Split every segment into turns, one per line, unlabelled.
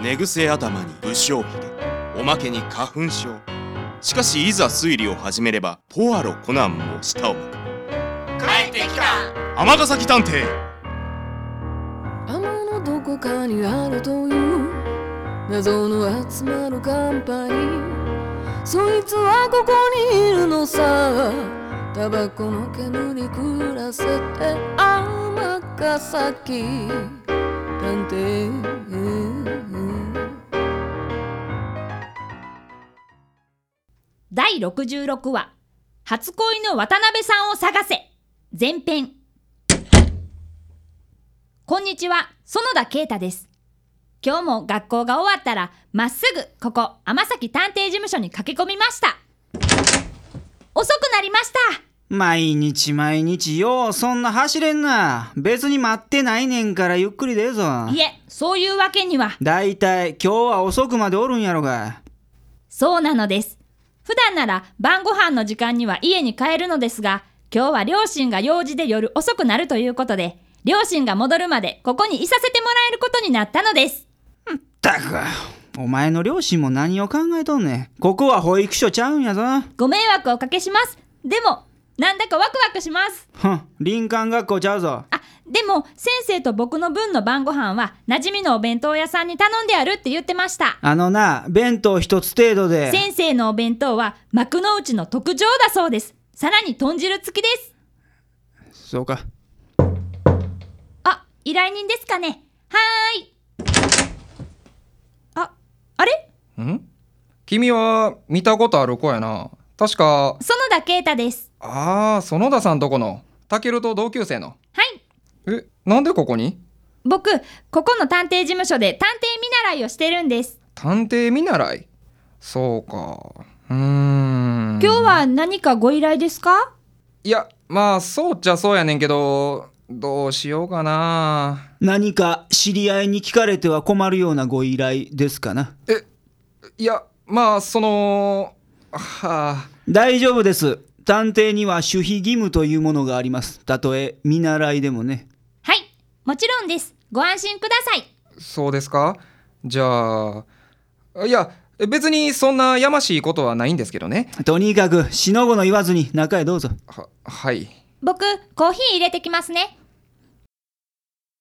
寝癖頭に不祥髭おまけに花粉症しかしいざ推理を始めればポアロコナンも舌を巻く
帰ってきた
尼崎探偵
天のどこかにあるという謎の集まるカンパニーそいつはここにいるのさタバコの煙に暮らせて天ヶ崎探偵
第66話「初恋の渡辺さんを探せ」前編こんにちは園田啓太です今日も学校が終わったらまっすぐここ天崎探偵事務所に駆け込みました遅くなりました
毎日毎日ようそんな走れんな別に待ってないねんからゆっくりでええぞ
いえそういうわけには
だいたい今日は遅くまでおるんやろが
そうなのです。普段なら晩ご飯の時間には家に帰るのですが、今日は両親が用事で夜遅くなるということで、両親が戻るまでここにいさせてもらえることになったのです。
ったくお前の両親も何を考えとんねんここは保育所ちゃうんやぞ
ご迷惑をおかけします。でも、なんだかワクワクします。
ふん林間学校ちゃうぞ
あ、でも先生と僕の分の晩ご飯は馴染みのお弁当屋さんに頼んであるって言ってました。
あのな弁当一つ程度で
先生のお弁当は幕の内の特上だそうです。さらに豚汁付きです。
そうか
あ、依頼人ですかね。はーい。あ、あれ
ん君は見たことある子やな確か
園田啓太です。
ああ園田さんとこのタケルと同級生の
はい。
えなんでここに
僕、ここの探偵事務所で探偵見習いをしてるんです。
探偵見習いそうかうー
今
ん
日は何かご依頼ですか
いやまあそうっちゃそうやねんけどどうしようかな
何か知り合いに聞かれては困るようなご依頼ですかない
やまあそのはあ
大丈夫です探偵には守秘義務というものがありますたとえ見習いでもね
はい。もちろんです。ご安心ください。
そうですかじゃあいや別にそんなやましいことはないんですけどね
とにかくしのごの言わずに中へどうぞ
ははい
僕、コーヒー入れてきますね。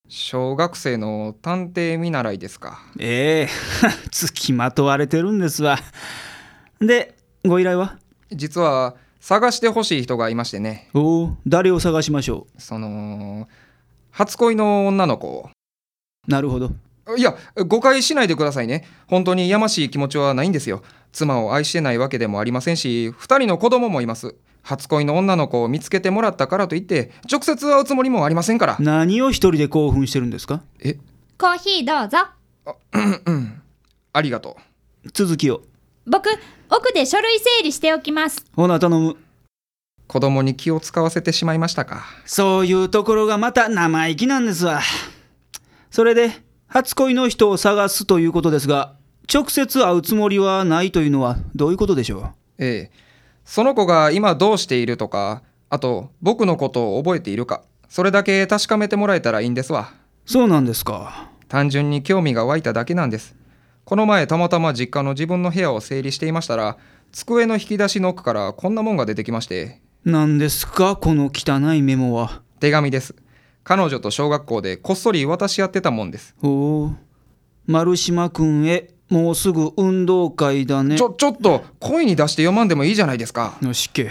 小学生の探偵見習いですか
ええ つきまとわれてるんですわでご依頼は
実は探してほしい人がいましてね
おお誰を探しましょ
その初恋の女の子を
うなるほど
いや誤解しないでくださいね本当にやましい気持ちはないんですよ妻を愛してないわけでもありませんし2人の子供もいます初恋の女の子を見つけてもらったからといって直接会うつもりもありませんから
何を一人で興奮してるんですか
え
コーヒーどうぞ。
ありがと
続きを
僕、奥で書類整理しておきます。
ほな頼む
う子供に気を使わせてしまいましたか
そういうところがまた生意気なんですわそれで初恋の人を探すということですが直接会うつもりはないというのはどういうことでしょ
ええその子が今どうしているとかあと僕のことを覚えているかそれだけ確かめてもらえたらいいんですわ
うそうなんですか
単純に興味が湧いただけなんですこの前たまたま実家の自分の部屋を整理していましたら机の引き出しの奥からこんなもんが出てきまして
何ですかこの汚いメモは
手紙です彼女と小学校でこっそり渡し合ってたもんです
おお丸島君へもうすぐ運動会だね
ちょちょっと声に出して読まんでもいいじゃないですか
よしけ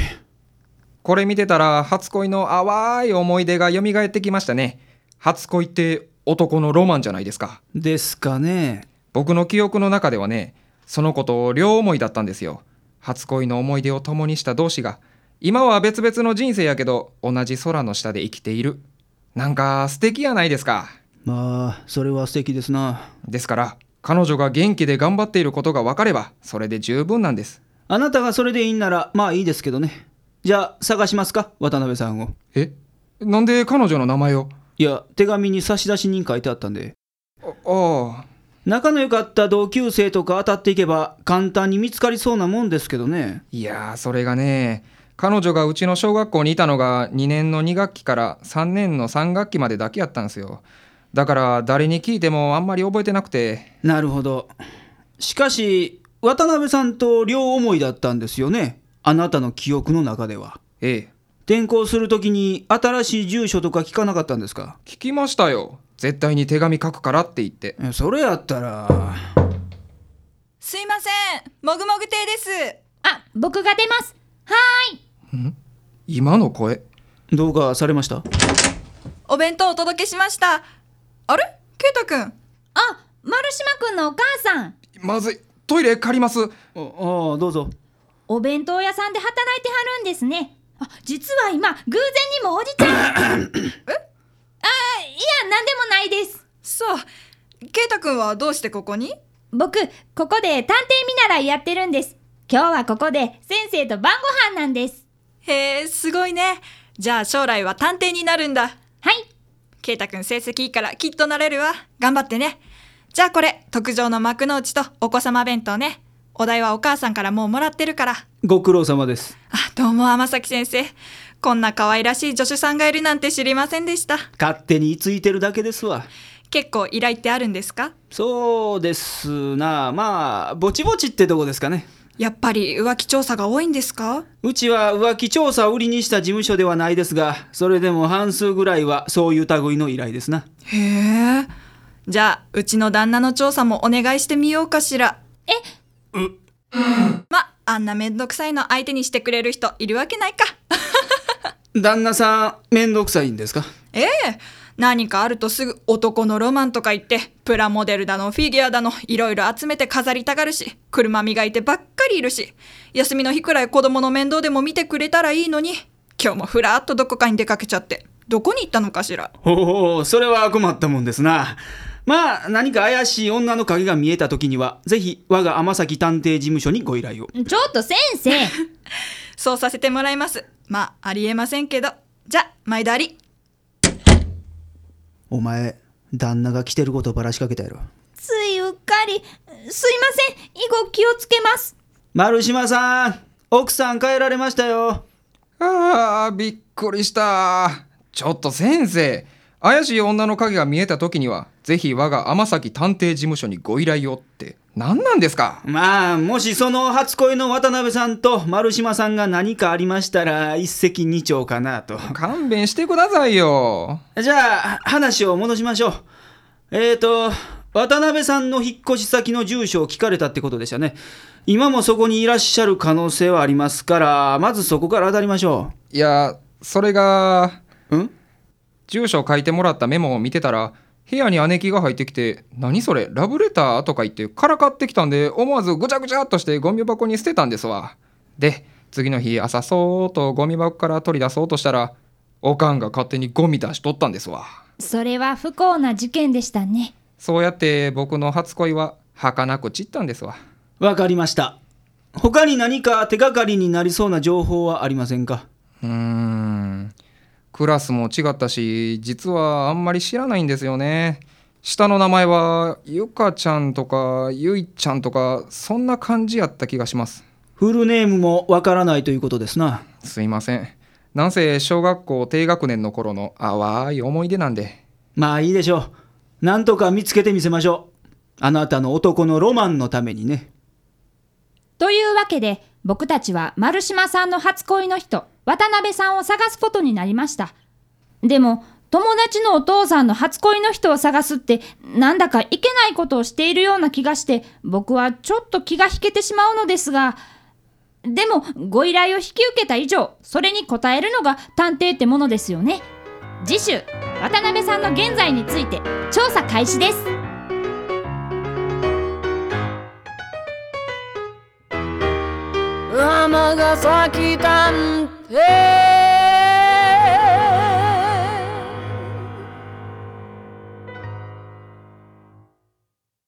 これ見てたら初恋の淡い思い出が蘇ってきましたね初恋って男のロマンじゃないですか
ですかね
僕の記憶の中ではねその子と両思いだったんですよ初恋の思い出を共にした同士が今は別々の人生やけど同じ空の下で生きているなんか素敵やないですか
まあそれは素敵ですな
ですから彼女が元気で頑張っていることが分かればそれで十分なんです
あなたがそれでいいんならまあいいですけどねじゃあ探しますか渡辺さんを
えなんで彼女の名前を
いや手紙に差出人書いてあったんで
あああ
仲の良かった同級生とか当たっていけば簡単に見つかりそうなもんですけどね
いやーそれがね彼女がうちの小学校にいたのが2年の2学期から3年の3学期までだけやったんですよだから誰に聞いてもあんまり覚えてなくて
なるほどしかし渡辺さんと両思いだったんですよねあなたの記憶の中では
ええ
転校するときに新しい住所とか聞かなかったんですか
聞きましたよ絶対に手紙書くからって言って
えそれやったら
すいませんもぐもぐ亭です
あ、僕が出ます。はーい。
今の声
どうかされました
お弁当お届けしましたあれケイタくん
あ、丸島くんのお母さん。
まずいトイレ借ります
あああどうぞ
お弁当屋さんで働いてはるんですね。あ、実は今、偶然にもおじち ゃん。えあ、いや、なんでもないです。
そうケイタくんはどうしてここに
僕、ここで探偵見習いやってるんです。今日はここで先生と晩ご飯なんです。
へえすごいねじゃあ将来は探偵になるんだ
はい。
ケイタくん成績いいからきっとなれるわ頑張ってねじゃあこれ特上の幕の内とお子様弁当ねお代はお母さんからもうもらってるから
ご苦労様です
あどうも天崎先生こんな可愛らしい助手さんがいるなんて知りませんでした
勝手に居ついてるだけですわ
結構依頼ってあるんですか
そうですなまあぼちぼちってとこですかね
やっぱり浮気調査が多いんですか
うちは浮気調査を売りにした事務所ではないですがそれでも半数ぐらいはそういう類の依頼ですな
へえじゃあうちの旦那の調査もお願いしてみようかしら
え
まあんなめんどくさいの相手にしてくれる人いるわけないか
旦那さん面倒くさいんですか
ええ何かあるとすぐ男のロマンとか言ってプラモデルだのフィギュアだのいろいろ集めて飾りたがるし車磨いてばっかりいるし休みの日くらい子供の面倒でも見てくれたらいいのに今日もふらっとどこかに出かけちゃってどこに行ったのかしら
ほうそれは困ったもんですなまあ何か怪しい女の影が見えた時にはぜひ我が天崎探偵事務所にご依頼を
ちょっと先生。
そうさせてもらいますまあありえませんけどじゃあ前田あり
お前旦那が来てることばらしかけたやろ
ついうっかり。すいません。以後気をつけます。
丸島さん奥さん帰られましたよ
あーびっくりしたちょっと先生怪しい女の影が見えた時にはぜひ我が天崎探偵事務所にご依頼をって何なんですか
まあもしその初恋の渡辺さんと丸島さんが何かありましたら一石二鳥かなと
勘弁してくださいよ
じゃあ話を戻しましょうえーと渡辺さんの引っ越し先の住所を聞かれたってことでしたね今もそこにいらっしゃる可能性はありますからまずそこから当たりましょ
いやそれが
ううん
住所を書いてもらったメモを見てたら部屋に姉貴が入ってきて「何それラブレター?」とか言ってからかってきたんで思わずぐちゃぐちゃっとしてゴミ箱に捨てたんですわで次の日朝そーっとゴミ箱から取り出そうとしたらおかんが勝手にゴミ出しとったんですわ
それは不幸な事件でしたね。
そうやって僕の初恋は儚く散ったんですわ
わかりました他に何か手がかりになりそうな情報はありませんか
うーんクラスも違ったし実はあんまり知らないんですよね下の名前はゆかちゃんとかゆいちゃんとかそんな感じやった気がします
フルネームもわからないということですな
すいませんなんせ小学校低学年の頃の淡い思い出なんで
まあいいでしょうなんとか見つけてみせましょうあなたの男のロマンのためにね
というわけで僕たちは丸島さんの初恋の人渡辺さんを探すことになりましたでも友達のお父さんの初恋の人を探すってなんだかいけないことをしているような気がして僕はちょっと気が引けてしまうのですがでもご依頼を引き受けた以上それに応えるのが探偵ってものですよね次週渡辺さんの現在について調査開始です
尼崎探偵